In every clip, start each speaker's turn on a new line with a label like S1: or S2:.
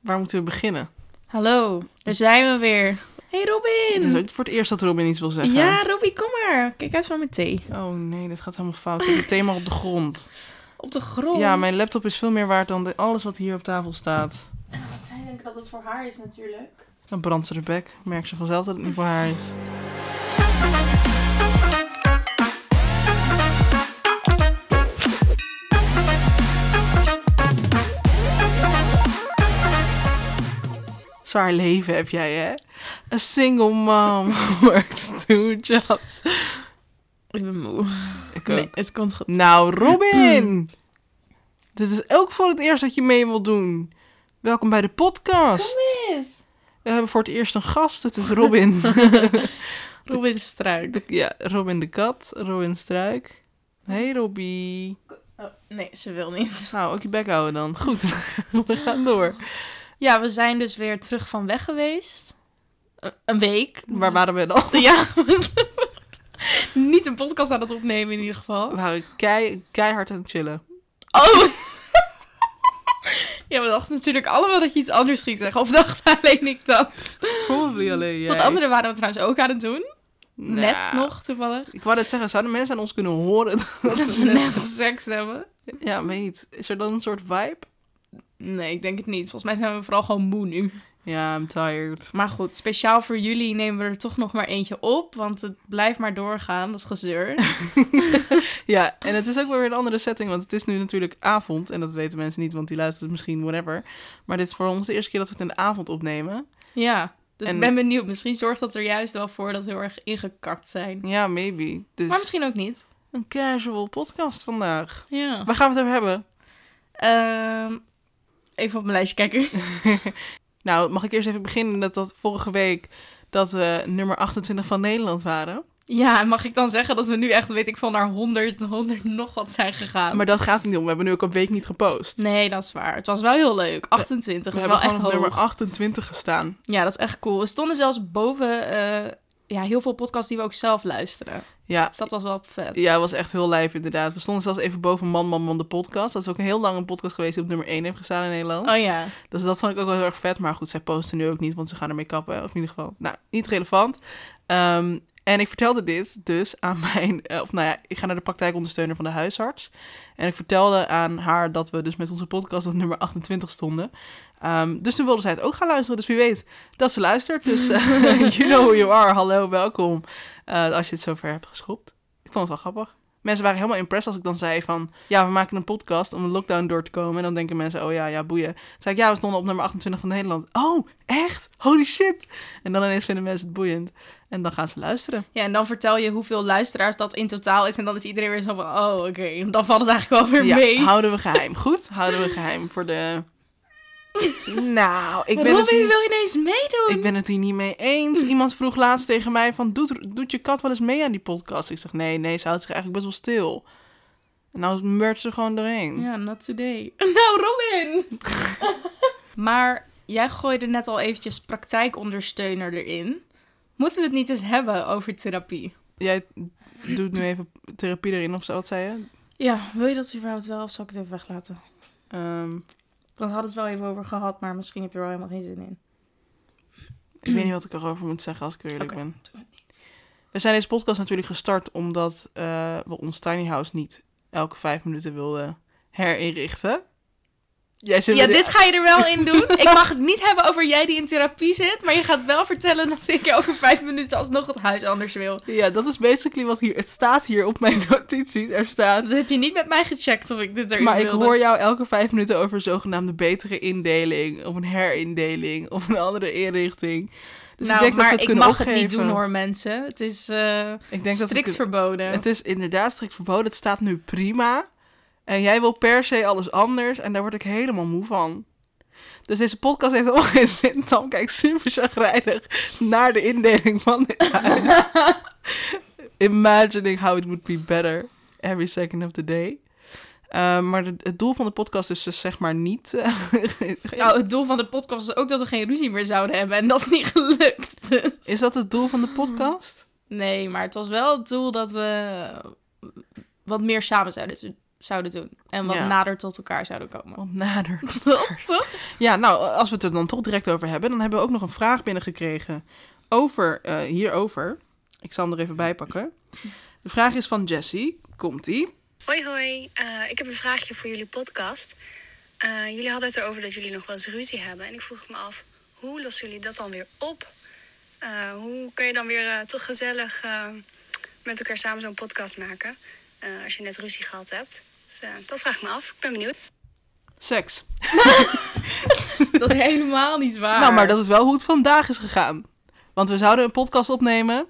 S1: waar moeten we beginnen?
S2: Hallo, daar zijn we weer. Hey
S1: Het is
S2: Robin!
S1: ook voor het eerst dat Robin iets wil zeggen.
S2: Ja, Robby, kom maar. Kijk uit van mijn thee.
S1: Oh nee, dit gaat helemaal fout. Zet het thema op de grond.
S2: Op de grond.
S1: Ja, mijn laptop is veel meer waard dan de- alles wat hier op tafel staat.
S2: Het zijn denk ik dat het voor haar is natuurlijk.
S1: Dan brandt ze de bek. Merk ze vanzelf dat het niet voor haar is. Zwaar leven heb jij, hè? A single mom works two jobs.
S2: Ik ben moe.
S1: Ik eh, ook.
S2: Nee, het komt goed.
S1: Nou, Robin! Dit is ook voor het eerst dat je mee wilt doen. Welkom bij de podcast.
S2: eens.
S1: We hebben voor het eerst een gast. Het is Robin.
S2: Robin Struik.
S1: ja, Robin de kat. Robin Struik. Hey Robby.
S2: Oh, nee, ze wil niet.
S1: Nou, ook je bek houden dan. Goed, we gaan door.
S2: Ja, we zijn dus weer terug van weg geweest. Eh, Een week.
S1: Waar waren we dan?
S2: Ja. niet een podcast aan het opnemen in ieder geval.
S1: We waren kei, keihard aan het chillen.
S2: Oh! ja, we dachten natuurlijk allemaal dat je iets anders ging zeggen. Of dacht alleen ik dat.
S1: Probably alleen jij.
S2: Dat anderen waren we trouwens ook aan het doen.
S1: Nou,
S2: Net nog, toevallig.
S1: Ik wou net zeggen, zouden mensen aan ons kunnen horen?
S2: Dat we net nog seks hebben.
S1: Ja, weet niet. Is er dan een soort vibe?
S2: Nee, ik denk het niet. Volgens mij zijn we vooral gewoon moe nu.
S1: Ja, I'm tired.
S2: Maar goed, speciaal voor jullie nemen we er toch nog maar eentje op. Want het blijft maar doorgaan, dat gezeur.
S1: Ja, en het is ook wel weer een andere setting, want het is nu natuurlijk avond. En dat weten mensen niet, want die luisteren het misschien whatever. Maar dit is voor ons de eerste keer dat we het in de avond opnemen.
S2: Ja, dus
S1: En-
S2: ik ben benieuwd. Misschien zorgt dat er juist wel voor dat we heel erg ingekakt zijn.
S1: Ja, maybe. Dus
S2: Maar misschien ook niet.
S1: een casual podcast vandaag.
S2: Ja.
S1: Waar gaan we het over hebben?
S2: Ehm, even op mijn lijstje kijken.
S1: Nou, mag ik eerst even beginnen dat, dat vorige week dat we nummer 28 van Nederland waren.
S2: Ja, en mag ik dan zeggen dat we nu echt, weet ik van, naar 100, 100 nog wat zijn gegaan?
S1: Maar dat gaat niet om. We hebben nu ook een week niet gepost.
S2: Nee, dat is waar. Het was wel heel leuk. 28
S1: we
S2: is
S1: hebben
S2: wel
S1: gewoon
S2: echt
S1: op
S2: hoog.
S1: nummer 28 gestaan.
S2: Ja, dat is echt cool. We stonden zelfs boven eh, ja, heel veel podcasts die we ook zelf luisteren.
S1: Ja,
S2: Dus dat was wel vet.
S1: ja, was echt heel lijf inderdaad. We stonden zelfs even boven Man Man Man de podcast. Dat is ook een heel lange podcast geweest die op nummer 1 heeft gestaan in Nederland.
S2: Oh ja.
S1: Dus dat vond ik ook wel heel erg vet. Maar goed, zij posten nu ook niet, want ze gaan ermee kappen. Of in ieder geval, nou, niet relevant. Ehm, en ik vertelde dit dus aan mijn... eh, of nou ja, ik ga naar de praktijkondersteuner van de huisarts. En ik vertelde aan haar dat we dus met onze podcast op nummer 28 stonden. Ehm, dus toen wilde zij het ook gaan luisteren. Dus wie weet dat ze luistert. Dus eh, you know who you are. Hallo, welkom. Eh, als je het zover hebt geschopt. Ik vond het wel grappig. Mensen waren helemaal impressed als ik dan zei van... Ja, we maken een podcast om de lockdown door te komen. En dan denken mensen, oh ja, ja, boeien. Toen zei ik, ja, we stonden op nummer 28 van Nederland. Oh, echt? Holy shit! En dan ineens vinden mensen het boeiend. En dan gaan ze luisteren.
S2: Ja, en dan vertel je hoeveel luisteraars dat in totaal is. En dan is iedereen weer zo van, oh, oké. Dan valt het eigenlijk wel weer
S1: ja,
S2: mee.
S1: houden we geheim. Goed, houden we geheim voor de... Nou, ik ben,
S2: Robin,
S1: het hier,
S2: wil je ineens meedoen?
S1: ik ben het hier niet mee eens. Iemand vroeg laatst tegen mij van, doet, doet je kat wel eens mee aan die podcast? Ik zeg, nee, nee, ze houdt zich eigenlijk best wel stil. En nou merkt ze gewoon doorheen.
S2: Ja, not today. Nou, Robin! maar jij gooide net al eventjes praktijkondersteuner erin. Moeten we het niet eens hebben over therapie?
S1: Jij doet nu even therapie erin of zo, wat zei je?
S2: Ja, wil je dat überhaupt wel of zal ik het even weglaten?
S1: Ehm,
S2: Want we hadden het wel even over gehad, maar misschien heb je er wel helemaal geen zin in.
S1: ik weet niet wat ik erover moet zeggen als ik eerlijk
S2: Oké.
S1: ben. We zijn deze podcast natuurlijk gestart omdat eh, we ons tiny house niet elke vijf minuten wilden herinrichten. Jij zit
S2: Ja,
S1: weer-
S2: dit ga je er wel in doen. Ik mag het niet hebben over jij die in therapie zit, maar je gaat wel vertellen dat ik over vijf minuten alsnog het huis anders wil.
S1: Ja, dat is basically wat hier... Het staat hier op mijn notities. Er staat...
S2: Dat heb je niet met mij gecheckt of ik dit erin
S1: Maar ik
S2: wilde.
S1: hoor jou elke vijf minuten over zogenaamde betere indeling... of een herindeling of een andere inrichting. Dus
S2: nou,
S1: ik denk
S2: maar
S1: dat we het
S2: ik
S1: kunnen
S2: mag
S1: opgeven.
S2: het niet doen hoor, mensen. Het is eh,
S1: Ik denk dat we
S2: strikt
S1: het-
S2: verboden.
S1: Het is inderdaad strikt verboden. Het staat nu prima. En jij wil per se alles anders. En daar word ik helemaal moe van. Dus deze podcast heeft allemaal geen zin. Tam kijkt super chagrijnig naar de indeling van dit huis. Imagining how it would be better every second of the day. Eh, maar de- het doel van de podcast is dus zeg maar niet... eh,
S2: Nou, het doel van de podcast is ook dat we geen ruzie meer zouden hebben. En dat is niet gelukt. Dus.
S1: is dat het doel van de podcast?
S2: Nee, maar het was wel het doel dat we wat meer samen zouden zouden doen. En wat
S1: Ja.
S2: nader tot elkaar zouden komen.
S1: Wat nader.
S2: Toch? Toch?
S1: Ja, nou, als we het er dan toch direct over hebben, dan hebben we ook nog een vraag binnengekregen over, eh, hierover. Ik zal hem er even bij pakken. De vraag is van Jessie. Komt-ie?
S3: Hoi hoi, Eh, ik heb een vraagje voor jullie podcast. Eh, jullie hadden het erover dat jullie nog wel eens ruzie hebben. En ik vroeg me af, hoe lossen jullie dat dan weer op? Eh, hoe kun je dan weer eh, toch gezellig eh, met elkaar samen zo'n podcast maken? eh, als je net ruzie gehad hebt. Dus eh, dat vraag ik me af. Ik ben benieuwd.
S1: Seks.
S2: Dat is helemaal niet waar.
S1: Nou, maar dat is wel hoe het vandaag is gegaan. Want we zouden een podcast opnemen.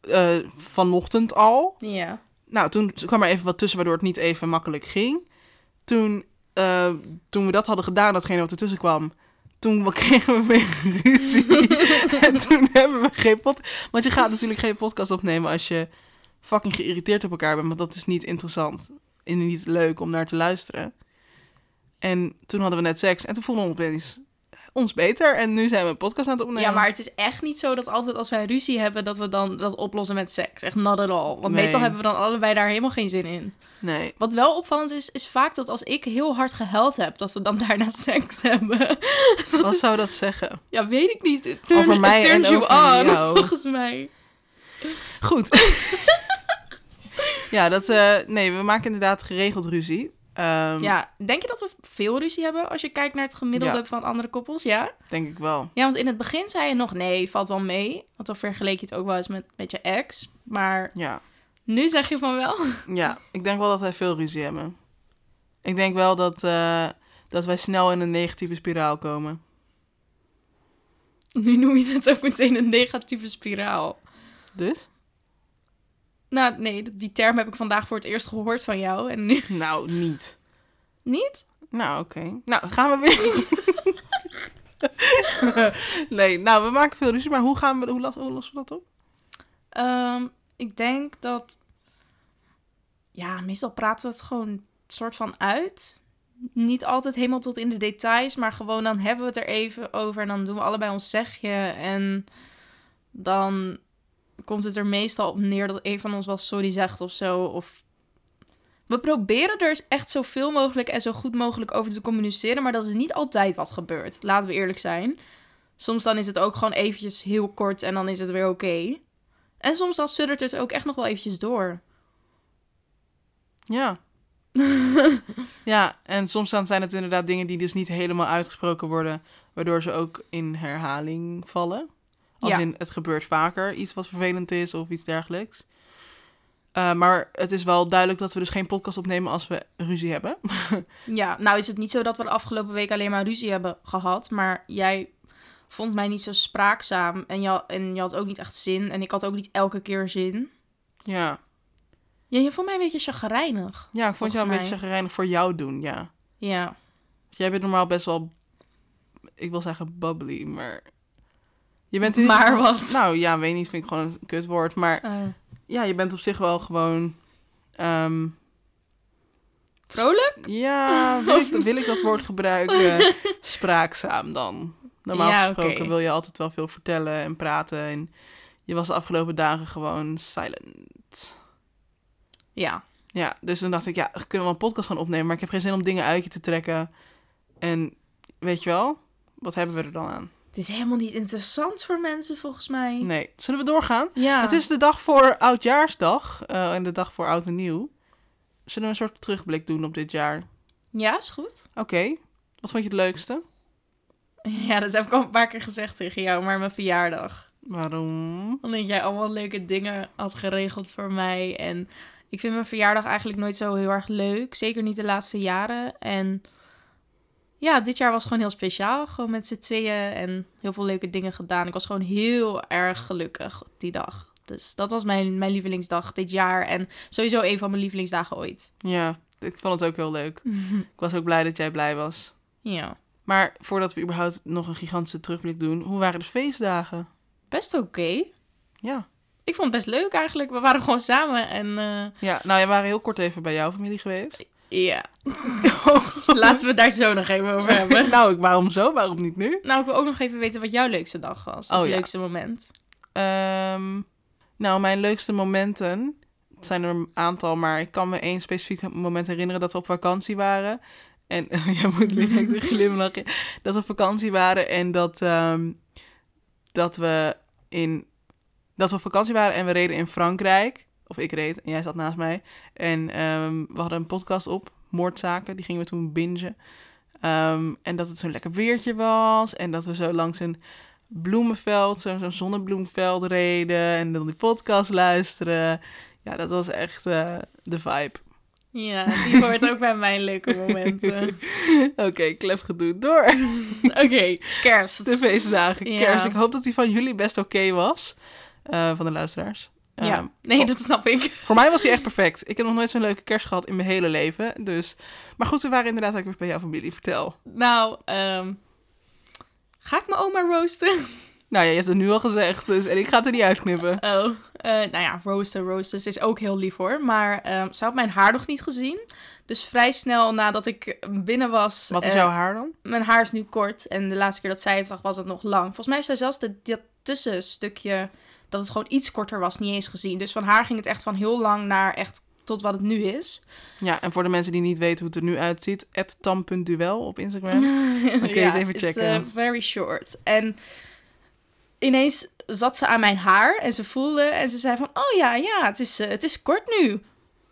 S1: eh, vanochtend al.
S2: Ja.
S1: Nou, toen kwam er even wat tussen waardoor het niet even makkelijk ging. Toen, eh, toen we dat hadden gedaan, datgene wat ertussen kwam. Toen kregen we weer ruzie. en toen hebben we geen podcast. Want je gaat natuurlijk geen podcast opnemen als je fucking geïrriteerd op elkaar bent. Want dat is niet interessant. En niet leuk om naar te luisteren. En toen hadden we net seks. En toen voelden we opeens ons beter. En nu zijn we een podcast aan het opnemen.
S2: ja, maar het is echt niet zo dat altijd als wij ruzie hebben, dat we dan dat oplossen met seks. Echt not at all. Want
S1: Nee.
S2: meestal hebben we dan allebei daar helemaal geen zin in.
S1: Nee.
S2: Wat wel opvallend is, is vaak dat als ik heel hard gehuild heb, dat we dan daarna seks hebben.
S1: Wat zou dat zeggen?
S2: Ja, weet ik niet. It turn-
S1: Over mij
S2: it turns
S1: en
S2: you
S1: over
S2: on,
S1: jou.
S2: volgens mij.
S1: Goed. ja, dat... eh, nee, we maken inderdaad geregeld ruzie. Ehm,
S2: Ja, denk je dat we veel ruzie hebben als je kijkt naar het gemiddelde
S1: Ja.
S2: van andere koppels? Ja?
S1: Denk ik wel.
S2: Ja, want in het begin zei je nog, nee, valt wel mee. Want dan vergeleek je het ook wel eens met, met je ex. Maar
S1: Ja.
S2: nu zeg je van wel.
S1: ja, ik denk wel dat wij veel ruzie hebben. Ik denk wel dat, eh, dat wij snel in een negatieve spiraal komen.
S2: Nu noem je het ook meteen een negatieve spiraal.
S1: Dus?
S2: Nou, nee, dat- die term heb ik vandaag voor het eerst gehoord van jou. En nu
S1: Nou, niet.
S2: niet?
S1: Nou, oké. Nou, gaan we weer. nee, nou, we maken veel ruzie, maar hoe, gaan we, hoe, las- hoe lossen we dat op?
S2: Ehm, ik denk dat... Ja, meestal praten we het gewoon soort van uit. Niet altijd helemaal tot in de details, maar gewoon dan hebben we het er even over. En dan doen we allebei ons zegje. En dan komt het er meestal op neer dat een van ons wel sorry zegt of zo. Of... We proberen er eens echt zoveel mogelijk en zo goed mogelijk over te communiceren. Maar dat is niet altijd wat gebeurt. Laten we eerlijk zijn. Soms dan is het ook gewoon eventjes heel kort en dan is het weer oké. En soms dan suddert het ook echt nog wel eventjes door.
S1: Ja. ja, en soms dan zijn het inderdaad dingen die dus niet helemaal uitgesproken worden, waardoor ze ook in herhaling vallen. Als
S2: Ja.
S1: in het gebeurt vaker iets wat vervelend is of iets dergelijks. Eh, maar het is wel duidelijk dat we dus geen podcast opnemen als we ruzie hebben.
S2: Ja, nou is het niet zo dat we de afgelopen week alleen maar ruzie hebben gehad. Maar jij vond mij niet zo spraakzaam. En je, had- en je had ook niet echt zin. En ik had ook niet elke keer zin.
S1: ja.
S2: Ja, je vond mij een beetje chagrijnig.
S1: ja, ik vond
S2: Volgens
S1: jou een
S2: mij.
S1: beetje chagrijnig voor jou doen, ja.
S2: Ja.
S1: Want Jij bent normaal best wel, ik wil zeggen bubbly, maar... Je bent in-
S2: Maar wat?
S1: Nou ja, weet niet, vind ik gewoon een kutwoord, maar...
S2: Eh,
S1: ja, je bent op zich wel gewoon. ehm,
S2: vrolijk?
S1: ja, wil ik, wil ik dat woord gebruiken? Spraakzaam dan. Normaal
S2: Ja,
S1: gesproken
S2: oké.
S1: wil je altijd wel veel vertellen en praten. En je was de afgelopen dagen gewoon silent.
S2: Ja.
S1: Ja, dus toen dacht ik, ja, kunnen we wel een podcast gaan opnemen? Maar ik heb geen zin om dingen uit je te trekken. En weet je wel, wat hebben we er dan aan?
S2: Het is helemaal niet interessant voor mensen volgens mij.
S1: Nee. Zullen we doorgaan?
S2: Ja.
S1: Het is de dag voor Oudjaarsdag eh, en de dag voor Oud en Nieuw. Zullen we een soort terugblik doen op dit jaar?
S2: Ja, is goed.
S1: Oké. Wat vond je het leukste?
S2: Ja, dat heb ik al een paar keer gezegd tegen jou. Maar mijn verjaardag.
S1: Waarom?
S2: Omdat jij allemaal leuke dingen had geregeld voor mij. En ik vind mijn verjaardag eigenlijk nooit zo heel erg leuk. Zeker niet de laatste jaren. En ja, dit jaar was gewoon heel speciaal. Gewoon met z'n tweeën en heel veel leuke dingen gedaan. Ik was gewoon heel erg gelukkig die dag. Dus dat was mijn, mijn lievelingsdag dit jaar. En sowieso een van mijn lievelingsdagen ooit.
S1: Ja, ik vond het ook heel leuk.
S2: Hm.
S1: Ik was ook blij dat jij blij was.
S2: Ja,
S1: Maar voordat we überhaupt nog een gigantische terugblik doen, hoe waren de feestdagen?
S2: best oké.
S1: Ja.
S2: Ik vond het best leuk eigenlijk. We waren gewoon samen en eh,
S1: Ja, nou, jij waren heel kort even bij jouw familie geweest.
S2: ja. Laten we het daar zo nog even over hebben.
S1: nou, ik, waarom zo? Waarom niet nu?
S2: Nou, ik wil ook nog even weten wat jouw leukste dag was. Of
S1: Oh, ja.
S2: leukste moment.
S1: Ehm, nou, mijn leukste momenten. Het zijn er een aantal, maar ik kan me één specifiek moment herinneren dat we op vakantie waren. En jij moet liggen glimlachen. Dat we op vakantie waren en dat, ehm, dat we in dat we op vakantie waren en we reden in Frankrijk. Of ik reed en jij zat naast mij. En ehm, we hadden een podcast op, Moordzaken. Die gingen we toen bingen. Ehm, en dat het zo'n lekker weertje was. En dat we zo langs een bloemenveld, zo- zo'n zonnebloemveld reden. En dan die podcast luisteren. Ja, dat was echt eh, de vibe.
S2: Ja, die hoort ook bij mijn leuke momenten.
S1: Oké, klepgedoe door.
S2: Oké, kerst.
S1: De feestdagen,
S2: Ja.
S1: kerst. Ik hoop dat die van jullie best oké was. eh, van de luisteraars. Ehm,
S2: Ja, nee, dat snap ik.
S1: Voor mij was hij echt perfect. Ik heb nog nooit zo'n leuke kerst gehad in mijn hele leven. Dus... Maar goed, we waren inderdaad ook weer bij jouw familie. Vertel.
S2: Nou, ehm, ga ik mijn oma roosten?
S1: Nou ja, je hebt het nu al gezegd, dus... En ik ga het er niet uitknippen.
S2: Oh, eh, nou ja, roosten, roosten. Ze is ook heel lief hoor. Maar ehm, ze had mijn haar nog niet gezien. Dus vrij snel nadat ik binnen was...
S1: Wat is
S2: eh,
S1: jouw haar dan?
S2: Mijn haar is nu kort. En de laatste keer dat zij het zag was het nog lang. Volgens mij is zij zelfs de- dat tussenstukje... dat het gewoon iets korter was, niet eens gezien. Dus van haar ging het echt van heel lang naar echt tot wat het nu is.
S1: Ja, en voor de mensen die niet weten hoe het er nu uitziet... tam.duel op Instagram.
S2: Dan
S1: kun je het even checken.
S2: eh, very short. En ineens zat ze aan mijn haar en ze voelde en ze zei van... Oh ja, ja, het is, eh, het is kort nu.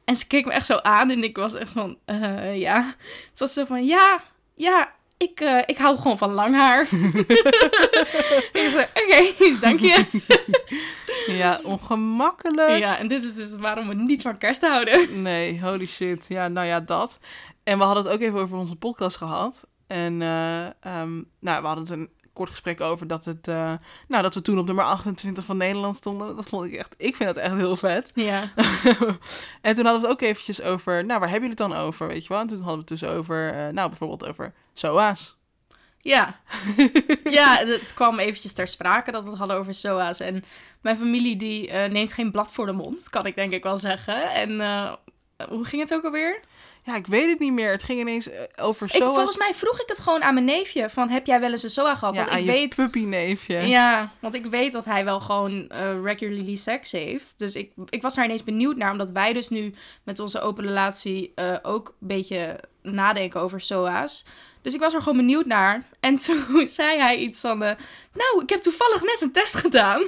S2: En ze keek me echt zo aan en ik was echt van... eh, ja. Het was zo van... Ja, ja, ik, eh, ik hou gewoon van lang haar. ik zei, oké, dank je.
S1: Ja, ongemakkelijk.
S2: Ja, en dit is dus waarom we niet van kerst houden.
S1: Nee, holy shit. Ja, nou ja, dat. En we hadden het ook even over onze podcast gehad. En eh, ehm, nou, we hadden het een kort gesprek over dat, het, eh, nou, dat we toen op nummer 28 van Nederland stonden. Dat vond ik echt, ik vind dat echt heel vet.
S2: Ja.
S1: en toen hadden we het ook eventjes over, nou, waar hebben jullie het dan over, weet je wel? En toen hadden we het dus over, eh, nou, bijvoorbeeld over SOA's.
S2: Ja. ja, het kwam eventjes ter sprake dat we het hadden over SOA's. En mijn familie die eh, neemt geen blad voor de mond, kan ik denk ik wel zeggen. En eh, hoe ging het ook alweer?
S1: Ja, ik weet het niet meer. Het ging ineens eh, over
S2: Ik,
S1: SOA's.
S2: volgens mij vroeg ik het gewoon aan mijn neefje, van heb jij wel eens een SOA gehad?
S1: ja,
S2: want
S1: aan
S2: ik
S1: je
S2: weet...
S1: puppyneefje.
S2: Ja, want ik weet dat hij wel gewoon eh, regularly seks heeft. Dus ik, ik was daar ineens benieuwd naar, omdat wij dus nu met onze open relatie eh, ook een beetje nadenken over SOA's. Dus ik was er gewoon benieuwd naar. En toen zei hij iets van, eh, nou, ik heb toevallig net een test gedaan.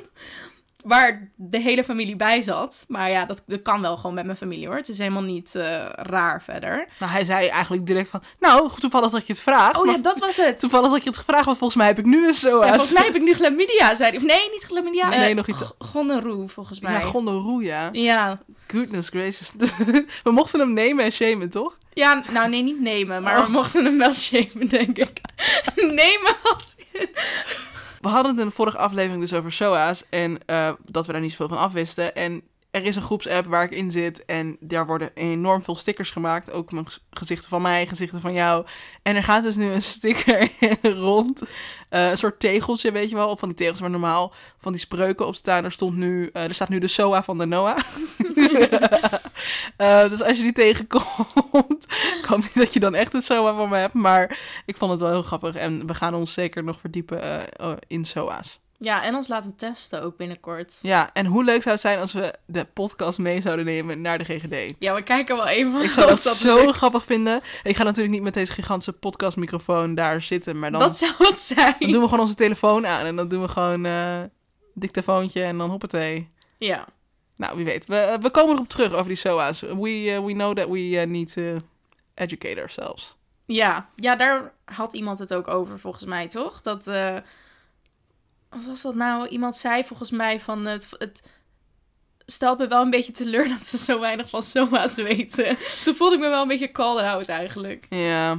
S2: Waar de hele familie bij zat. Maar ja, dat, dat kan wel gewoon met mijn familie hoor. Het is helemaal niet eh, raar verder.
S1: Nou, hij zei eigenlijk direct van, nou, goed toevallig dat je het vraagt.
S2: Oh ja,
S1: maar
S2: dat was het.
S1: Toevallig dat je het gevraagd, want volgens mij heb ik nu een SOA's.
S2: Ja, volgens mij heb ik nu chlamydia, zei hij. Of nee, niet chlamydia.
S1: Nee,
S2: eh,
S1: nog iets.
S2: g- gonorroe, volgens mij.
S1: Ja, Gondoroe, ja.
S2: Ja.
S1: Goodness gracious. We mochten hem nemen en shamen, toch?
S2: Ja, nou nee, niet nemen, maar
S1: Oh.
S2: we mochten hem wel shamen, denk ik. nemen als...
S1: We hadden het in de vorige aflevering dus over SOA's en eh, dat we daar niet zoveel van afwisten. En er is een groepsapp waar ik in zit en daar worden enorm veel stickers gemaakt. Ook mijn gez- gezichten van mij, gezichten van jou. En er gaat dus nu een sticker rond. Eh, een soort tegeltje, weet je wel, of van die tegels waar normaal van die spreuken op staan. Er, stond nu, eh, er staat nu de SOA van de Noah. Eh, dus als je die tegenkomt, ik hoop niet dat je dan echt een SOA van me hebt, maar ik vond het wel heel grappig en we gaan ons zeker nog verdiepen eh, eh, in SOA's.
S2: Ja, en ons laten testen ook binnenkort.
S1: Ja, en hoe leuk zou het zijn als we de podcast mee zouden nemen naar de GGD?
S2: Ja, we kijken wel even.
S1: Ik zou dat,
S2: of dat
S1: zo
S2: lukt.
S1: grappig vinden. Ik ga natuurlijk niet met deze gigantische podcastmicrofoon daar zitten, maar dan,
S2: Dat zou het zijn.
S1: dan doen we gewoon onze telefoon aan en dan doen we gewoon eh dictafoontje en dan hoppatee.
S2: Ja.
S1: Nou, wie weet. We, eh, we komen erop terug over die SOA's. We, eh, we know that we eh, need to educate ourselves.
S2: ja. Ja, daar had iemand het ook over, volgens mij, toch? Dat, eh, wat was dat nou? Iemand zei volgens mij van het... het stelt me wel een beetje teleur dat ze zo weinig van SOA's weten. Toen voelde ik me wel een beetje called out eigenlijk.
S1: Ja.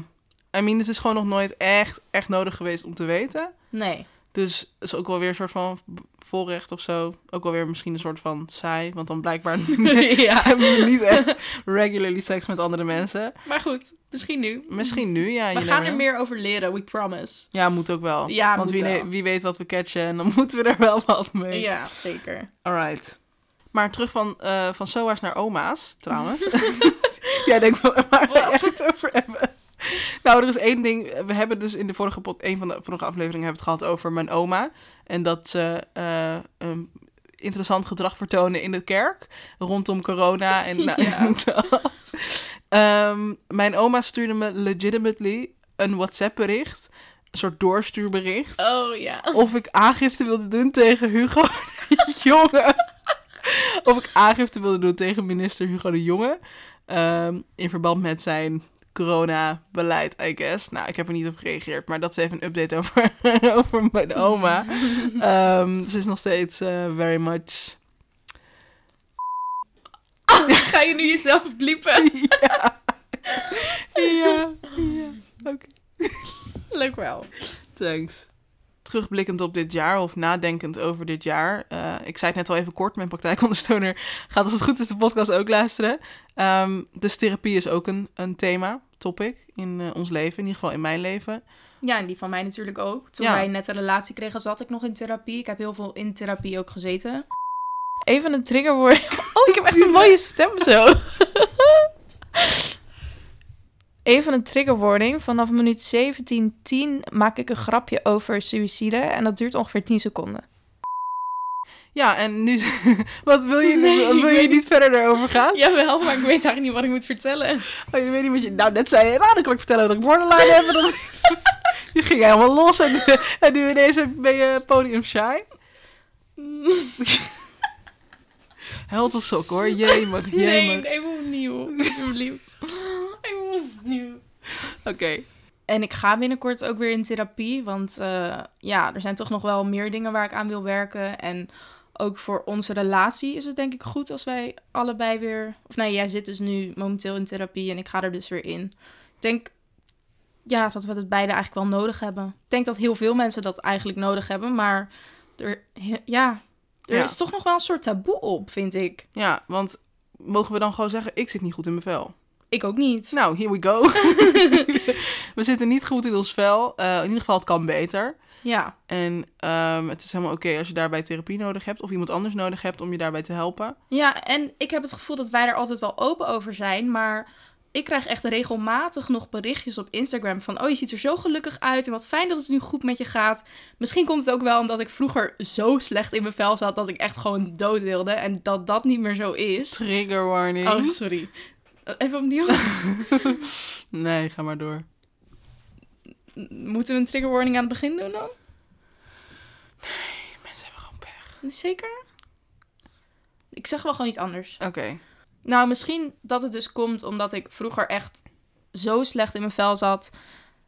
S1: I mean, het is gewoon nog nooit echt, echt nodig geweest om te weten.
S2: Nee.
S1: Dus het is ook wel weer een soort van voorrecht of zo. Ook wel weer misschien een soort van saai. Want dan blijkbaar
S2: ja.
S1: hebben we niet echt regularly seks met andere mensen.
S2: Maar goed, misschien nu.
S1: Misschien nu, ja.
S2: We
S1: you
S2: gaan nou
S1: never
S2: er
S1: know.
S2: meer over leren, we promise.
S1: Ja, moet ook wel.
S2: Ja,
S1: Want
S2: moet
S1: wie, ne-
S2: wel.
S1: wie weet wat we catchen en dan moeten we er wel wat mee.
S2: Ja, zeker.
S1: Alright. Maar terug van, eh, van SOA's naar oma's, trouwens. Jij denkt wel, waar ga jij
S2: Wat?
S1: het over hebben? Nou, er is één ding. We hebben dus in de vorige pod, een van de vorige afleveringen hebben we het gehad over mijn oma. En dat ze eh, een interessant gedrag vertonen in de kerk rondom corona en nou,
S2: Ja.
S1: dat. Ehm, mijn oma stuurde me legitimately een WhatsApp bericht, een soort doorstuurbericht,
S2: Oh ja.
S1: of ik aangifte wilde doen tegen Hugo de Jonge. Of ik aangifte wilde doen tegen minister Hugo de Jonge. ehm, in verband met zijn coronabeleid, I guess. Nou, ik heb er niet op gereageerd, maar dat is even een update over, over mijn oma. Ehm, ze is nog steeds eh, very much...
S2: Ga je nu jezelf bliepen?
S1: ja. ja, ja. Oké.
S2: Leuk wel.
S1: Thanks. Terugblikkend op dit jaar of nadenkend over dit jaar. eh, ik zei het net al even kort, mijn praktijkondersteuner gaat als het goed is de podcast ook luisteren. Ehm, dus therapie is ook een, een thema, topic, in eh, ons leven. In ieder geval in mijn leven.
S2: Ja, en die van mij natuurlijk ook. Toen
S1: Ja.
S2: wij net een relatie kregen, zat ik nog in therapie. Ik heb heel veel in therapie ook gezeten. Even een triggerwoord. Oh, ik heb echt een mooie stem zo. Even een triggerwarning. Vanaf minuut 17.10 maak ik een grapje over suïcide. En dat duurt ongeveer 10 seconden.
S1: Ja, en nu... wat wil je,
S2: Nee,
S1: wat wil
S2: ik weet
S1: je niet verder daarover gaan?
S2: Jawel, maar ik weet eigenlijk niet wat ik moet vertellen.
S1: Oh, je weet niet wat je... Nou, net zei je, nou, dan kan ik vertellen dat ik borderline heb. en Dat... je ging helemaal los en, en nu ineens ben je podium shy. Held of sok hoor, jemig, jemig.
S2: nee, even opnieuw. Alsjeblieft. Even opnieuw.
S1: Oké.
S2: En ik ga binnenkort ook weer in therapie. Want eh, ja, er zijn toch nog wel meer dingen waar ik aan wil werken. En ook voor onze relatie is het denk ik goed als wij allebei weer. Of nee, jij zit dus nu momenteel in therapie en ik ga er dus weer in. Ik denk ja, dat we het beide eigenlijk wel nodig hebben. Ik denk dat heel veel mensen dat eigenlijk nodig hebben. Maar er, ja, er
S1: Ja.
S2: is toch nog wel een soort taboe op, vind ik.
S1: Ja, want mogen we dan gewoon zeggen, ik zit niet goed in mijn vel.
S2: Ik ook niet.
S1: Nou, here we go. we zitten niet goed in ons vel. Eh, in ieder geval, het kan beter.
S2: Ja,
S1: En ehm, het is helemaal oké als je daarbij therapie nodig hebt of iemand anders nodig hebt om je daarbij te helpen.
S2: Ja, en ik heb het gevoel dat wij er altijd wel open over zijn, maar ik krijg echt regelmatig nog berichtjes op Instagram van: "Oh, je ziet er zo gelukkig uit en wat fijn dat het nu goed met je gaat." Misschien komt het ook wel omdat ik vroeger zo slecht in mijn vel zat dat ik echt gewoon dood wilde en dat dat niet meer zo is.
S1: Trigger warning.
S2: Oh, sorry. Even opnieuw.
S1: Nee, ga maar door.
S2: Moeten we een trigger warning aan het begin doen dan?
S1: Mensen hebben gewoon pech.
S2: Zeker? Ik zeg wel gewoon iets anders.
S1: Oké.
S2: Nou, misschien dat het dus komt omdat ik vroeger echt zo slecht in mijn vel zat.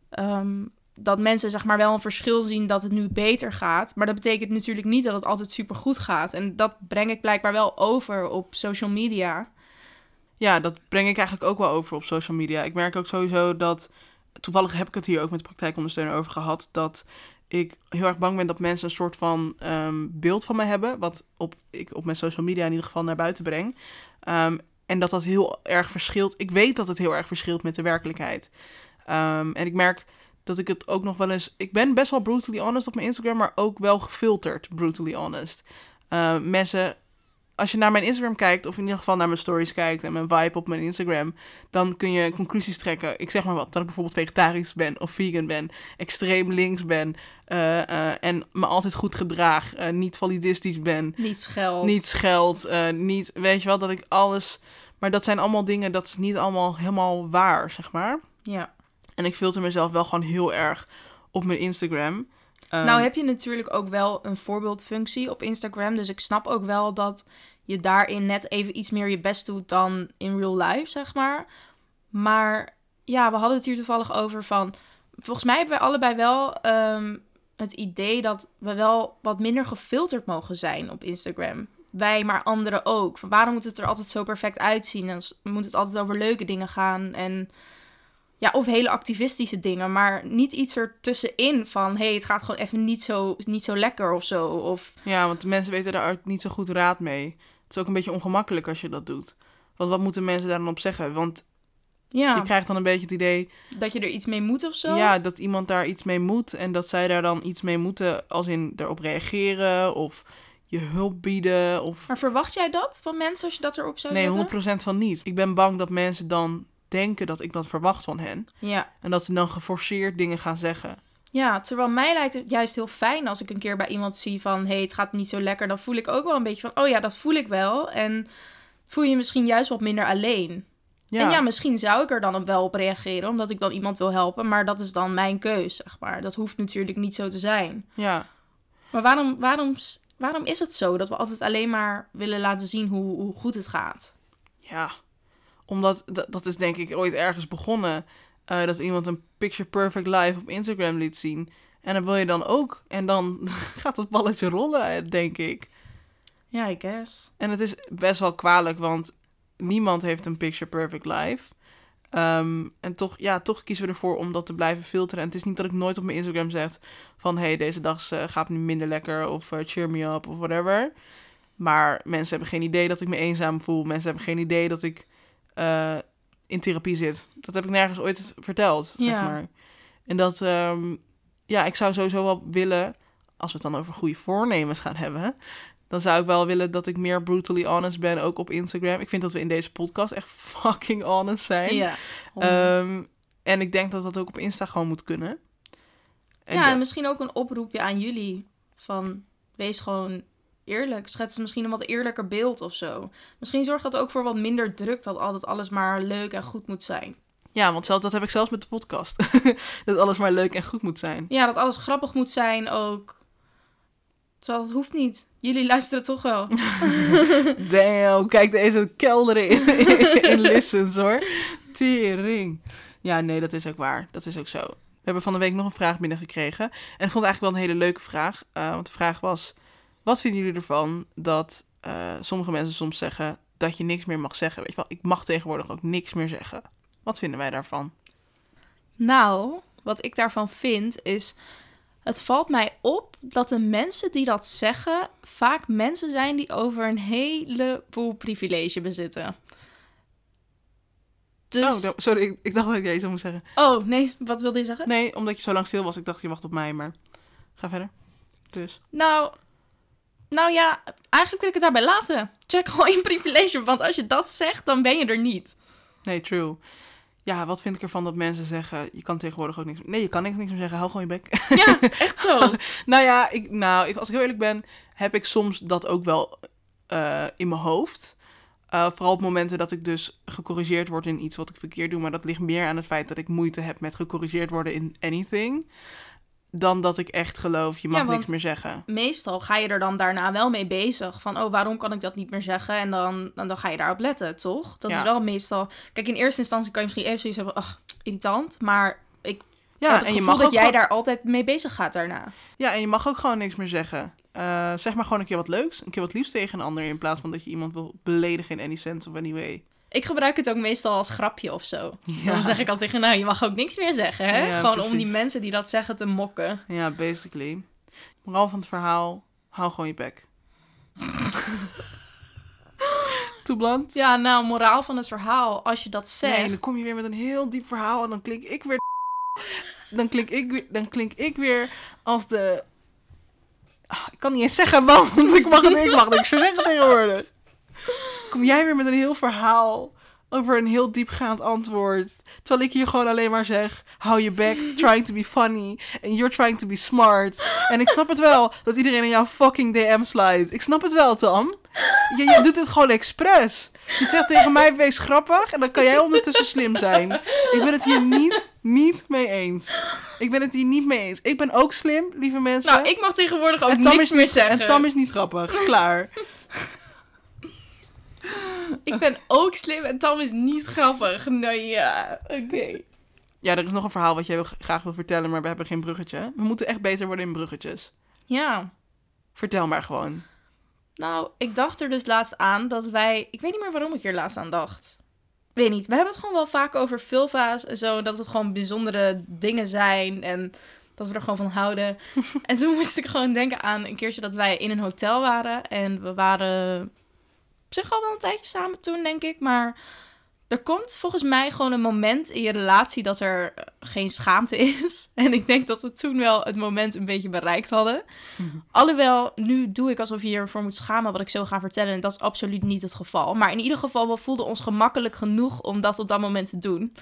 S2: ehm, dat mensen zeg maar wel een verschil zien dat het nu beter gaat. Maar dat betekent natuurlijk niet dat het altijd super goed gaat. En dat breng ik blijkbaar wel over op social media.
S1: Ja, dat breng ik eigenlijk ook wel over op social media. Ik merk ook sowieso dat, toevallig heb ik het hier ook met de praktijkondersteuner over gehad, dat ik heel erg bang ben dat mensen een soort van ehm, beeld van me hebben, wat op, ik op mijn social media in ieder geval naar buiten breng. Ehm, en dat dat heel erg verschilt. Ik weet dat het heel erg verschilt met de werkelijkheid. Ehm, en ik merk dat ik het ook nog wel eens... Ik ben best wel brutally honest op mijn Instagram, maar ook wel gefilterd brutally honest. Ehm, mensen als je naar mijn Instagram kijkt, of in ieder geval naar mijn stories kijkt en mijn vibe op mijn Instagram, dan kun je conclusies trekken. Ik zeg maar wat, dat ik bijvoorbeeld vegetarisch ben of vegan ben, extreem links ben eh, eh, en me altijd goed gedraag, eh, niet validistisch ben,
S2: Niet scheld.
S1: niet scheld, eh, niet, weet je wel, dat ik alles. Maar dat zijn allemaal dingen, dat is niet allemaal helemaal waar, zeg maar.
S2: Ja.
S1: En ik filter mezelf wel gewoon heel erg op mijn Instagram. Ehm,
S2: nou heb je natuurlijk ook wel een voorbeeldfunctie op Instagram. Dus ik snap ook wel dat je daarin net even iets meer je best doet dan in real life, zeg maar. Maar ja, we hadden het hier toevallig over van. Volgens mij hebben wij allebei wel ehm, het idee dat we wel wat minder gefilterd mogen zijn op Instagram. Wij, maar anderen ook. Van waarom moet het er altijd zo perfect uitzien? En s- moet het altijd over leuke dingen gaan? En ja, of hele activistische dingen, maar niet iets ertussenin van hé, hey, het gaat gewoon even niet zo, niet zo lekker of zo. Of
S1: Ja, want de mensen weten daar ook niet zo goed raad mee. Het is ook een beetje ongemakkelijk als je dat doet. Want wat moeten mensen daar dan op zeggen? Want
S2: ja,
S1: je krijgt dan een beetje het idee
S2: dat je er iets mee moet of zo.
S1: ja, dat iemand daar iets mee moet. En dat zij daar dan iets mee moeten, als in erop reageren of je hulp bieden. Of...
S2: Maar verwacht jij dat van mensen als je dat erop zou
S1: Nee, 100%
S2: zetten?
S1: van niet. Ik ben bang dat mensen dan denken dat ik dat verwacht van hen.
S2: Ja,
S1: En dat ze dan geforceerd dingen gaan zeggen.
S2: Ja, terwijl mij lijkt het juist heel fijn als ik een keer bij iemand zie van... hé, hey, het gaat niet zo lekker. Dan voel ik ook wel een beetje van, oh ja, dat voel ik wel. En voel je je misschien juist wat minder alleen. En ja, misschien zou ik er dan op wel op reageren, omdat ik dan iemand wil helpen. Maar dat is dan mijn keus, zeg maar. Dat hoeft natuurlijk niet zo te zijn.
S1: ja.
S2: Maar waarom, waarom, s- waarom is het zo dat we altijd alleen maar willen laten zien hoe, hoe goed het gaat?
S1: Ja, omdat dat, dat is denk ik ooit ergens begonnen. eh, dat iemand een picture perfect live op Instagram liet zien. En dan wil je dan ook. En dan gaat dat balletje rollen, eh, denk ik.
S2: Ja, I guess.
S1: En het is best wel kwalijk, want niemand heeft een picture perfect life. Ehm, en toch, ja, toch kiezen we ervoor om dat te blijven filteren. En het is niet dat ik nooit op mijn Instagram zeg van... hey, deze dag eh, gaat nu minder lekker of eh, cheer me up of whatever. Maar mensen hebben geen idee dat ik me eenzaam voel. Mensen hebben geen idee dat ik eh, in therapie zit. Dat heb ik nergens ooit verteld, zeg
S2: Ja.
S1: maar. En dat, ehm, ja, ik zou sowieso wel willen... als we het dan over goede voornemens gaan hebben dan zou ik wel willen dat ik meer brutally honest ben, ook op Instagram. Ik vind dat we in deze podcast echt fucking honest zijn.
S2: Ja,
S1: Ehm, en ik denk dat dat ook op Insta gewoon moet kunnen. En
S2: ja, en
S1: dat-
S2: misschien ook een oproepje aan jullie van wees gewoon eerlijk. Schets misschien een wat eerlijker beeld of zo. Misschien zorgt dat ook voor wat minder druk dat altijd alles maar leuk en goed moet zijn.
S1: ja, want zelf, dat heb ik zelfs met de podcast. dat alles maar leuk en goed moet zijn.
S2: Ja, dat alles grappig moet zijn ook. Terwijl dat hoeft niet. Jullie luisteren toch wel.
S1: Damn, kijk deze kelder in, in listens hoor. Tering. Ja, nee, dat is ook waar. Dat is ook zo. We hebben van de week nog een vraag binnengekregen. En ik vond het eigenlijk wel een hele leuke vraag. eh, want de vraag was, wat vinden jullie ervan dat eh, sommige mensen soms zeggen dat je niks meer mag zeggen? Weet je wel, ik mag tegenwoordig ook niks meer zeggen. Wat vinden wij daarvan?
S2: Nou, wat ik daarvan vind is. Het valt mij op dat de mensen die dat zeggen vaak mensen zijn die over een heleboel privilege bezitten. Dus...
S1: Oh, da- sorry, ik, ik dacht dat ik deze moest zeggen.
S2: Oh, nee, wat wilde je zeggen?
S1: Nee, omdat je zo lang stil was, ik dacht je wacht op mij, maar ga verder. Dus,
S2: Nou, nou ja, eigenlijk wil ik het daarbij laten. Check gewoon je privilege, want als je dat zegt, dan ben je er niet.
S1: nee, true. Ja, wat vind ik ervan dat mensen zeggen, je kan tegenwoordig ook niks meer... Nee, je kan niks, niks meer zeggen, hou gewoon je bek.
S2: Ja, echt zo.
S1: Nou ja, ik, nou, ik, als ik heel eerlijk ben, heb ik soms dat ook wel eh, in mijn hoofd. Eh, vooral op momenten dat ik dus gecorrigeerd word in iets wat ik verkeerd doe. Maar dat ligt meer aan het feit dat ik moeite heb met gecorrigeerd worden in anything. Dan dat ik echt geloof, je mag
S2: want-
S1: niks meer zeggen.
S2: Meestal ga je er dan daarna wel mee bezig. Van, oh, waarom kan ik dat niet meer zeggen? En dan, dan, dan ga je daarop letten, toch? Dat
S1: Ja.
S2: is wel meestal... Kijk, in eerste instantie kan je misschien even zoiets hebben... Ach, irritant. Maar ik
S1: Ja,
S2: heb het gevoel dat
S1: ook
S2: jij
S1: gewoon-
S2: daar altijd mee bezig gaat daarna.
S1: ja, en je mag ook gewoon niks meer zeggen. Eh, zeg maar gewoon een keer wat leuks, een keer wat liefs tegen een ander. In plaats van dat je iemand wil beledigen in any sense of any way.
S2: Ik gebruik het ook meestal als grapje of zo.
S1: Ja.
S2: Dan zeg ik al tegen, nou, je mag ook niks meer zeggen, hè?
S1: Ja,
S2: Gewoon om
S1: precies.
S2: die mensen die dat zeggen te mokken.
S1: Ja, basically. Moraal van het verhaal, hou gewoon je bek. Te bland?
S2: Ja, nou, moraal van het verhaal. Als je dat zegt...
S1: Nee, en dan kom je weer met een heel diep verhaal en dan klink ik weer... Dan klink ik weer, dan klink ik weer als de... Ah, ik kan niet eens zeggen, want ik mag het, ik mag het niks meer zeggen tegenwoordig. Kom jij weer met een heel verhaal over een heel diepgaand antwoord. Terwijl ik hier gewoon alleen maar zeg, hou je bek, trying to be funny, and you're trying to be smart. En ik snap het wel dat iedereen in jouw fucking DM slide. Ik snap het wel, Tam. Je, je doet dit gewoon expres. Je zegt tegen mij, wees grappig, en dan kan jij ondertussen slim zijn. Ik ben het hier niet, niet mee eens. Ik ben het hier niet mee eens. Ik ben ook slim, lieve mensen.
S2: Nou, ik mag tegenwoordig ook
S1: En Tam
S2: niks
S1: is
S2: meer
S1: niet-
S2: zeggen.
S1: En Tam is niet grappig. Klaar.
S2: Ik ben ook slim en Tam is niet grappig. Nou ja, oké.
S1: Ja, er is nog een verhaal wat jij wil- graag wil vertellen, maar we hebben geen bruggetje. We moeten echt beter worden in bruggetjes.
S2: Ja,
S1: Vertel maar gewoon.
S2: nou, ik dacht er dus laatst aan dat wij... Ik weet niet meer waarom ik hier laatst aan dacht. Weet niet, we hebben het gewoon wel vaak over vulva's en zo. en Dat het gewoon bijzondere dingen zijn en dat we er gewoon van houden. en toen moest ik gewoon denken aan een keertje dat wij in een hotel waren. En we waren op zich al wel een tijdje samen toen, denk ik. Maar er komt volgens mij gewoon een moment in je relatie dat er eh, geen schaamte is. En ik denk dat we toen wel het moment een beetje bereikt hadden. Alhoewel, nu doe ik alsof je je ervoor moet schamen wat ik zo ga vertellen. En dat is absoluut niet het geval. Maar in ieder geval, we voelden ons gemakkelijk genoeg om dat op dat moment te doen.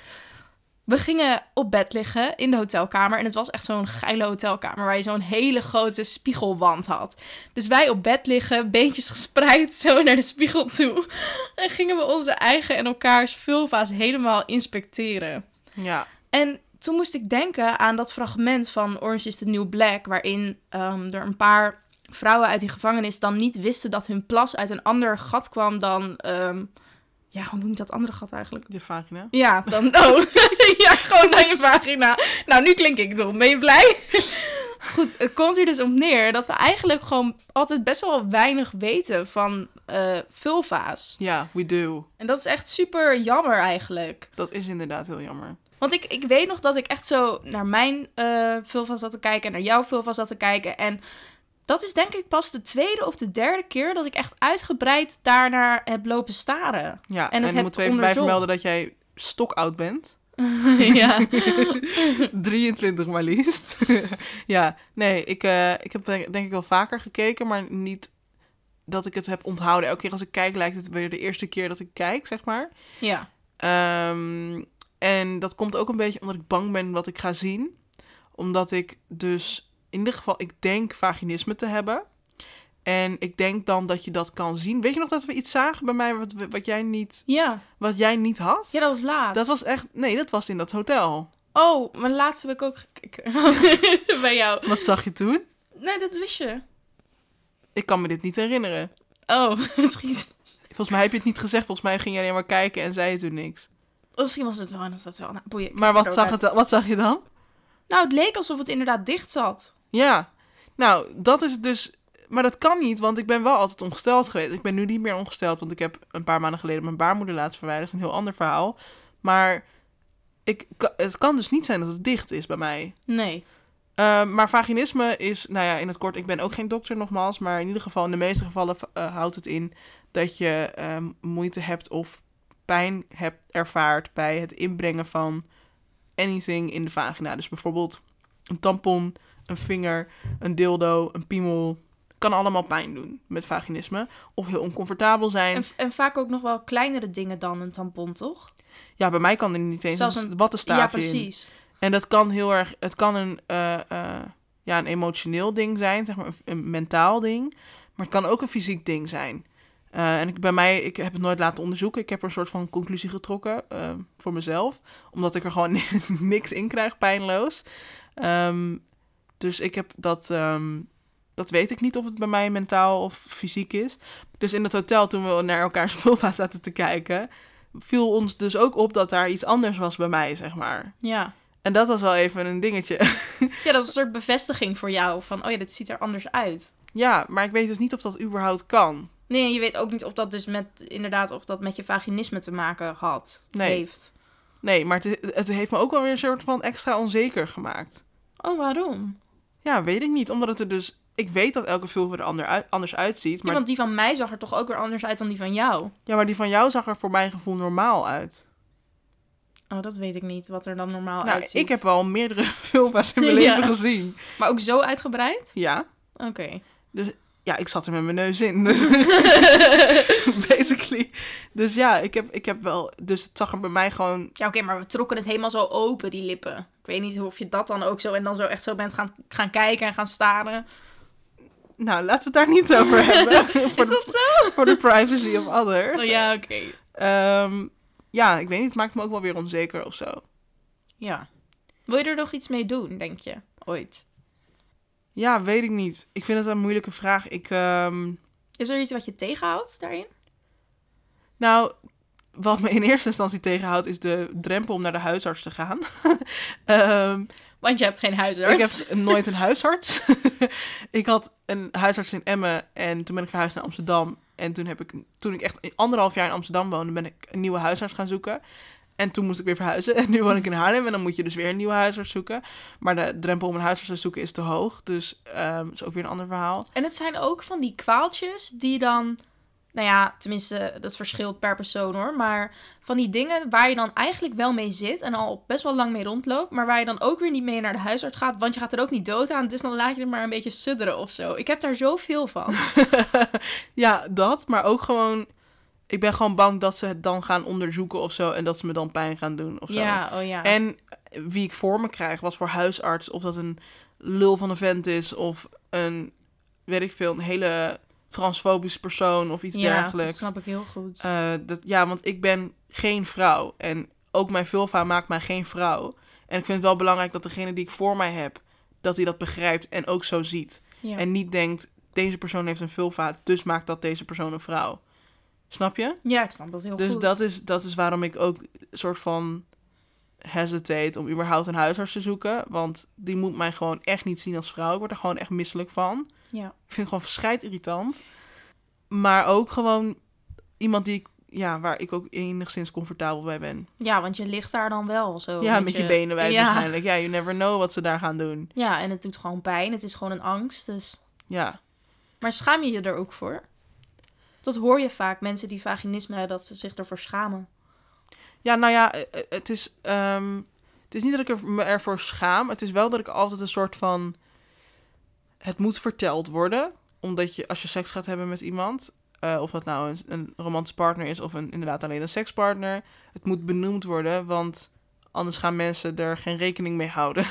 S2: We gingen op bed liggen in de hotelkamer. En het was echt zo'n geile hotelkamer waar je zo'n hele grote spiegelwand had. Dus wij op bed liggen, beentjes gespreid, zo naar de spiegel toe. En gingen we onze eigen en elkaars vulva's helemaal inspecteren.
S1: Ja.
S2: En toen moest ik denken aan dat fragment van Orange is the New Black, waarin ehm, er een paar vrouwen uit die gevangenis dan niet wisten dat hun plas uit een ander gat kwam dan. ehm, ja, hoe noem je dat andere gat eigenlijk?
S1: De vagina.
S2: Ja, dan. Oh, ja, gewoon naar je vagina. Nou, nu klink ik dom. Ben je blij? Goed, het komt hier dus om neer dat we eigenlijk gewoon altijd best wel weinig weten van eh, vulva's.
S1: Ja, we do.
S2: En dat is echt super jammer eigenlijk.
S1: Dat is inderdaad heel jammer.
S2: Want ik, ik weet nog dat ik echt zo naar mijn eh vulva zat te kijken en naar jouw vulva zat te kijken. En dat is denk ik pas de tweede of de derde keer dat ik echt uitgebreid daarnaar heb lopen staren.
S1: Ja,
S2: En
S1: en,
S2: het
S1: dan
S2: heb
S1: moeten we even bij
S2: onderzocht.
S1: vermelden dat jij stokoud bent.
S2: ja.
S1: 23 maar liefst. ja, nee, ik, eh, ik heb denk denk ik wel vaker gekeken, maar niet dat ik het heb onthouden. Elke keer als ik kijk, lijkt het weer de eerste keer dat ik kijk, zeg maar.
S2: ja.
S1: Ehm, en dat komt ook een beetje omdat ik bang ben wat ik ga zien. Omdat ik dus in ieder geval, ik denk vaginisme te hebben. En ik denk dan dat je dat kan zien. Weet je nog dat we iets zagen bij mij wat, wat, jij, niet,
S2: Ja.
S1: wat jij niet had?
S2: Ja, dat was laat.
S1: Dat was echt, nee, dat was in dat hotel.
S2: Oh, mijn laatste heb ik ook gekeken. Bij jou.
S1: Wat zag je toen?
S2: Nee, dat wist je.
S1: Ik kan me dit niet herinneren.
S2: Oh, misschien,
S1: Volgens mij heb je het niet gezegd. Volgens mij ging je alleen maar kijken en zei je toen niks.
S2: misschien was het wel in het hotel. Nou, boeien. ik
S1: Maar
S2: kijk er
S1: wat
S2: ook
S1: zag,
S2: uit.
S1: het, wat zag je dan?
S2: Nou, het leek alsof het inderdaad dicht zat.
S1: Ja, nou, dat is het dus. Maar dat kan niet, want ik ben wel altijd ongesteld geweest. Ik ben nu niet meer ongesteld, want ik heb een paar maanden geleden mijn baarmoeder laten verwijderen. Dat is een heel ander verhaal. Maar ik, ka- het kan dus niet zijn dat het dicht is bij mij.
S2: Nee.
S1: Eh, maar vaginisme is, nou ja, in het kort, ik ben ook geen dokter nogmaals. Maar in ieder geval, in de meeste gevallen eh, houdt het in dat je ehm, moeite hebt of pijn hebt ervaart bij het inbrengen van anything in de vagina. Dus bijvoorbeeld een tampon, een vinger, een dildo, een piemel. Kan allemaal pijn doen met vaginisme. Of heel oncomfortabel zijn.
S2: En, en vaak ook nog wel kleinere dingen dan een tampon, toch?
S1: Ja, bij mij kan er niet eens
S2: Zelfs
S1: een
S2: een-
S1: wattenstaafje
S2: ja,
S1: in.
S2: precies.
S1: En dat kan heel erg, het kan een, eh, eh, ja, een emotioneel ding zijn, zeg maar, een, een mentaal ding. Maar het kan ook een fysiek ding zijn. Eh, en ik, bij mij, ik heb het nooit laten onderzoeken. Ik heb er een soort van conclusie getrokken eh, voor mezelf. Omdat ik er gewoon niks in krijg, pijnloos. Ehm, dus ik heb dat, ehm, dat weet ik niet of het bij mij mentaal of fysiek is. Dus in het hotel, toen we naar elkaars vulva zaten te kijken, viel ons dus ook op dat daar iets anders was bij mij, zeg maar.
S2: Ja.
S1: En dat was wel even een dingetje.
S2: Ja, dat is een soort bevestiging voor jou. Van, oh ja, dit ziet er anders uit.
S1: ja, maar ik weet dus niet of dat überhaupt kan.
S2: Nee, en je weet ook niet of dat dus met, inderdaad, of dat met je vaginisme te maken had.
S1: Nee.
S2: Heeft.
S1: Nee, maar het, het heeft me ook wel weer een soort van extra onzeker gemaakt.
S2: Oh, waarom?
S1: Ja, weet ik niet. Omdat het er dus... Ik weet dat elke vulva er ander uit- anders uitziet.
S2: Ja,
S1: Maar,
S2: want die van mij zag er toch ook weer anders uit dan die van jou.
S1: ja, maar die van jou zag er voor mijn gevoel normaal uit.
S2: Oh, dat weet ik niet, wat er dan normaal
S1: nou,
S2: Oh, uitziet.
S1: ik heb wel meerdere vulva's in mijn
S2: Ja.
S1: leven gezien.
S2: Maar ook zo uitgebreid?
S1: Ja.
S2: Oké.
S1: Ja, ik zat er met mijn neus in. Dus basically. Dus ja, ik heb, ik heb wel... Dus het zag er bij mij gewoon
S2: Ja, oké, maar we trokken het helemaal zo open, die lippen. Ik weet niet of je dat dan ook zo en dan zo echt zo bent gaan, gaan kijken en gaan staren.
S1: Nou, laten we het daar niet over hebben. voor,
S2: Is
S1: de,
S2: dat zo?
S1: voor de privacy of others.
S2: Oh, ja, oké.
S1: Ehm, ja, ik weet niet. Het maakt me ook wel weer onzeker of zo.
S2: Ja. Wil je er nog iets mee doen, denk je? Ooit.
S1: Ja, weet ik niet. Ik vind het een moeilijke vraag. Ik, ehm,
S2: Is er iets wat je tegenhoudt daarin?
S1: nou, wat me in eerste instantie tegenhoudt is de drempel om naar de huisarts te gaan. Ehm,
S2: Want je hebt geen huisarts.
S1: ik heb nooit een huisarts. ik had een huisarts in Emmen en toen ben ik verhuisd naar Amsterdam. En toen heb ik, toen ik echt anderhalf jaar in Amsterdam woonde, ben ik een nieuwe huisarts gaan zoeken. En toen moest ik weer verhuizen. En nu woon ik in Haarlem. En dan moet je dus weer een nieuwe huisarts zoeken. Maar de drempel om een huisarts te zoeken is te hoog. Dus ehm is ook weer een ander verhaal.
S2: En het zijn ook van die kwaaltjes die dan... Nou ja, tenminste, dat verschilt per persoon hoor. Maar van die dingen waar je dan eigenlijk wel mee zit en al best wel lang mee rondloopt. Maar waar je dan ook weer niet mee naar de huisarts gaat. Want je gaat er ook niet dood aan. Dus dan laat je er maar een beetje sudderen of zo. Ik heb daar zoveel van.
S1: Ja, dat. Maar ook gewoon. Ik ben gewoon bang dat ze het dan gaan onderzoeken of zo. En dat ze me dan pijn gaan doen of zo.
S2: Ja, oh ja.
S1: En wie ik voor me krijg, wat voor huisarts. Of dat een lul van een vent is. Of een, weet ik veel, een hele transfobische persoon of iets
S2: ja, dat
S1: dergelijks.
S2: snap ik heel goed.
S1: Eh, dat, ja, want ik ben geen vrouw. En ook mijn vulva maakt mij geen vrouw. En ik vind het wel belangrijk dat degene die ik voor mij heb, dat hij dat begrijpt en ook zo ziet.
S2: ja.
S1: En niet denkt, deze persoon heeft een vulva, dus maakt dat deze persoon een vrouw. Snap je?
S2: ja, ik snap dat heel
S1: dus
S2: goed.
S1: dat is, dat is waarom ik ook een soort van hesitate om überhaupt een huisarts te zoeken. Want die moet mij gewoon echt niet zien als vrouw. Ik word er gewoon echt misselijk van.
S2: Ja.
S1: Ik vind het gewoon verschijt irritant. Maar ook gewoon iemand die ik, ja, waar ik ook enigszins comfortabel bij ben.
S2: ja, want je ligt daar dan wel zo.
S1: ja, met je, benen wijd
S2: Oh, ja.
S1: waarschijnlijk. Ja, you never know wat ze daar gaan doen.
S2: Ja, en het doet gewoon pijn. Het is gewoon een angst. Dus...
S1: Ja.
S2: Maar schaam je je er ook voor? Dat hoor je vaak, mensen die vaginisme hebben, dat ze zich ervoor schamen.
S1: Ja, nou ja, eh, eh, het is, ehm, het is niet dat ik er, me ervoor schaam. Het is wel dat ik altijd een soort van... Het moet verteld worden. Omdat je, als je seks gaat hebben met iemand... eh, of dat nou een, een romantische partner is of een, inderdaad alleen een sekspartner... Het moet benoemd worden, want anders gaan mensen er geen rekening mee houden.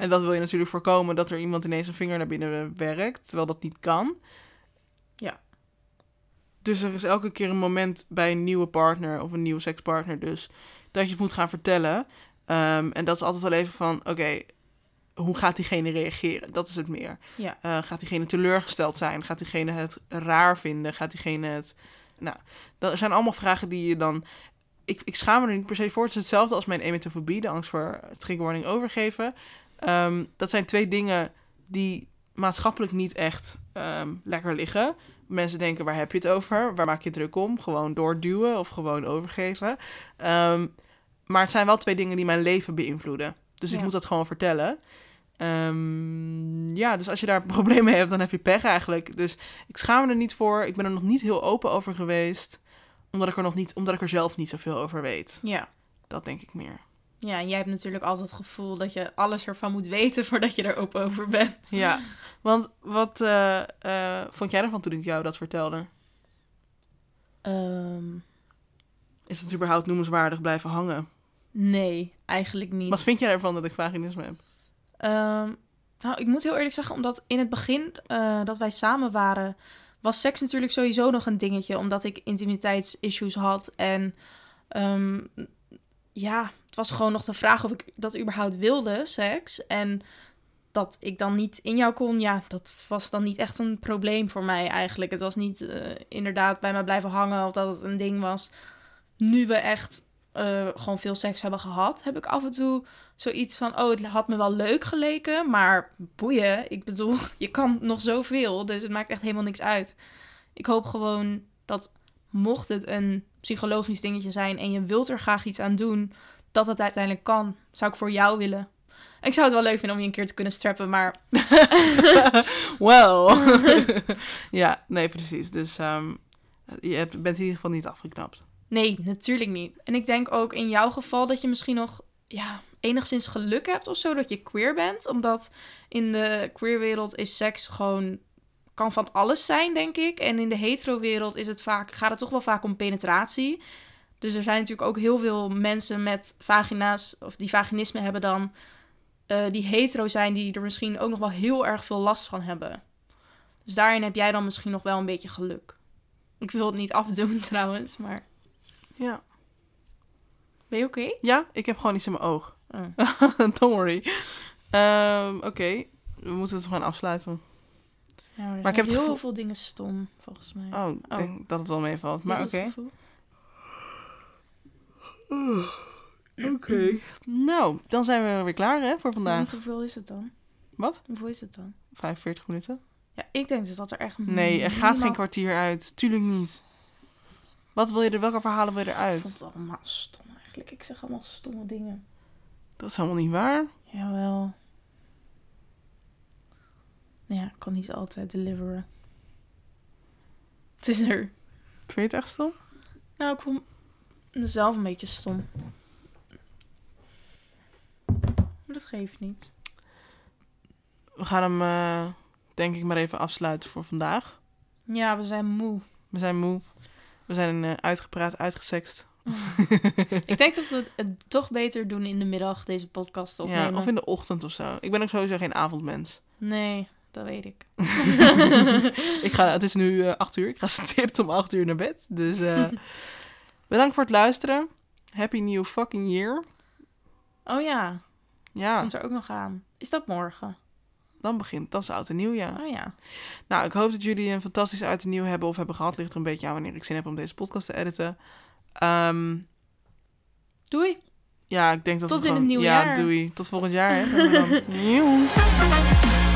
S1: En dat wil je natuurlijk voorkomen dat er iemand ineens een vinger naar binnen eh, werkt, terwijl dat niet kan.
S2: Ja.
S1: Dus er is elke keer een moment bij een nieuwe partner of een nieuwe sekspartner dus dat je het moet gaan vertellen. Ehm, en dat is altijd wel even van, oké, hoe gaat diegene reageren? Dat is het meer.
S2: Ja.
S1: Eh, gaat diegene teleurgesteld zijn? Gaat diegene het raar vinden? Gaat diegene het... Nou, dat zijn allemaal vragen die je dan... Ik, ik schaam me er niet per se voor. Het is hetzelfde als mijn emetofobie, de angst voor triggerwarning overgeven. Ehm, dat zijn twee dingen die maatschappelijk niet echt ehm, lekker liggen. Mensen denken, waar heb je het over? Waar maak je druk om? Gewoon doorduwen of gewoon overgeven. Ehm, maar het zijn wel twee dingen die mijn leven beïnvloeden. Dus ik
S2: Ja.
S1: moet dat gewoon vertellen. Ehm, ja, dus als je daar problemen mee hebt, dan heb je pech eigenlijk. Dus ik schaam me er niet voor. Ik ben er nog niet heel open over geweest. Omdat ik er, nog niet, omdat ik er zelf niet zoveel over weet.
S2: ja.
S1: Dat denk ik meer.
S2: Ja, en jij hebt natuurlijk altijd het gevoel dat je alles ervan moet weten voordat je er open over bent.
S1: Ja, want wat eh, eh, vond jij ervan toen ik jou dat vertelde?
S2: Ehm,
S1: Is het überhaupt noemenswaardig blijven hangen?
S2: nee, eigenlijk niet.
S1: Wat vind jij ervan dat ik vaginisme heb?
S2: Ehm, nou, ik moet heel eerlijk zeggen, omdat in het begin eh, dat wij samen waren, was seks natuurlijk sowieso nog een dingetje, omdat ik intimiteitsissues had. En ehm, ja, het was gewoon nog de vraag of ik dat überhaupt wilde, seks. En dat ik dan niet in jou kon, ja, dat was dan niet echt een probleem voor mij eigenlijk. Het was niet eh, inderdaad bij mij blijven hangen of dat het een ding was. Nu we echt eh, gewoon veel seks hebben gehad, heb ik af en toe zoiets van: oh, het had me wel leuk geleken, maar boeien. Ik bedoel, je kan nog zoveel, dus het maakt echt helemaal niks uit. Ik hoop gewoon dat, mocht het een psychologisch dingetje zijn en je wilt er graag iets aan doen, dat het uiteindelijk kan. Zou ik voor jou willen. Ik zou het wel leuk vinden om je een keer te kunnen strappen, maar
S1: Wel. ja, nee, precies. Dus ehm, je hebt- bent in ieder geval niet afgeknapt.
S2: nee, natuurlijk niet. En ik denk ook in jouw geval dat je misschien nog ja, enigszins geluk hebt of zo dat je queer bent. Omdat in de queerwereld is seks gewoon kan van alles zijn, denk ik. En in de hetero-wereld is het vaak, gaat het toch wel vaak om penetratie. Dus er zijn natuurlijk ook heel veel mensen met vagina's, of die vaginisme hebben dan, eh, die hetero zijn, die er misschien ook nog wel heel erg veel last van hebben. Dus daarin heb jij dan misschien nog wel een beetje geluk. Ik wil het niet afdoen trouwens, maar
S1: Ja.
S2: ben je oké?
S1: Ja, ik heb gewoon iets in mijn oog.
S2: Oh.
S1: Don't worry. Ehm, Oké, we moeten het gewoon afsluiten.
S2: Ja, maar er
S1: heb
S2: zijn
S1: het
S2: heel
S1: gevoel-
S2: veel dingen stom, volgens mij.
S1: Oh, ik
S2: Oh.
S1: denk dat het wel meevalt. Maar
S2: Is
S1: oké.
S2: dat het gevoel?
S1: Oké. Nou, dan zijn we weer klaar hè, voor
S2: Want
S1: vandaag.
S2: hoeveel is het dan?
S1: Wat?
S2: Hoeveel is het dan?
S1: 45 minuten?
S2: Ja, ik denk dus dat er echt...
S1: Nee, er gaat geen
S2: minimaal-
S1: kwartier uit. Tuurlijk niet. Wat wil je er, welke verhalen wil je
S2: Ik
S1: eruit?
S2: vond het allemaal stom eigenlijk. Ik zeg allemaal stomme dingen.
S1: Dat is helemaal niet waar.
S2: Jawel. Nou ja, ik kan niet altijd deliveren. Het is er.
S1: Vind je het echt stom?
S2: Nou, ik vond mezelf een beetje stom. Maar dat geeft niet.
S1: We gaan hem, eh, denk ik, maar even afsluiten voor vandaag.
S2: Ja, we zijn moe.
S1: We zijn moe. We zijn eh, uitgepraat, uitgesext.
S2: Ik denk dat we het toch beter doen in de middag, deze podcast te opnemen.
S1: Ja, of in de ochtend of zo. Ik ben ook sowieso geen avondmens.
S2: Nee, dat weet ik.
S1: Ik ga, het is nu eh, acht uur. Ik ga stipt om acht uur naar bed. Dus eh, bedankt voor het luisteren. Happy new fucking year.
S2: Oh ja,
S1: Ja,
S2: komt
S1: Ah.
S2: er ook nog aan. Is dat morgen?
S1: dan begint. Dat is oud en nieuw, ja.
S2: Oh ja.
S1: Nou, ik hoop dat jullie een fantastisch uit en nieuw hebben of hebben gehad. Ligt er een beetje aan wanneer ik zin heb om deze podcast te editen. Ehm,
S2: Doei.
S1: ja, ik denk dat
S2: Tot
S1: we
S2: in
S1: gewoon-
S2: het nieuwe
S1: ja,
S2: jaar.
S1: doei. Tot volgend jaar. Hè. Dan. Joe.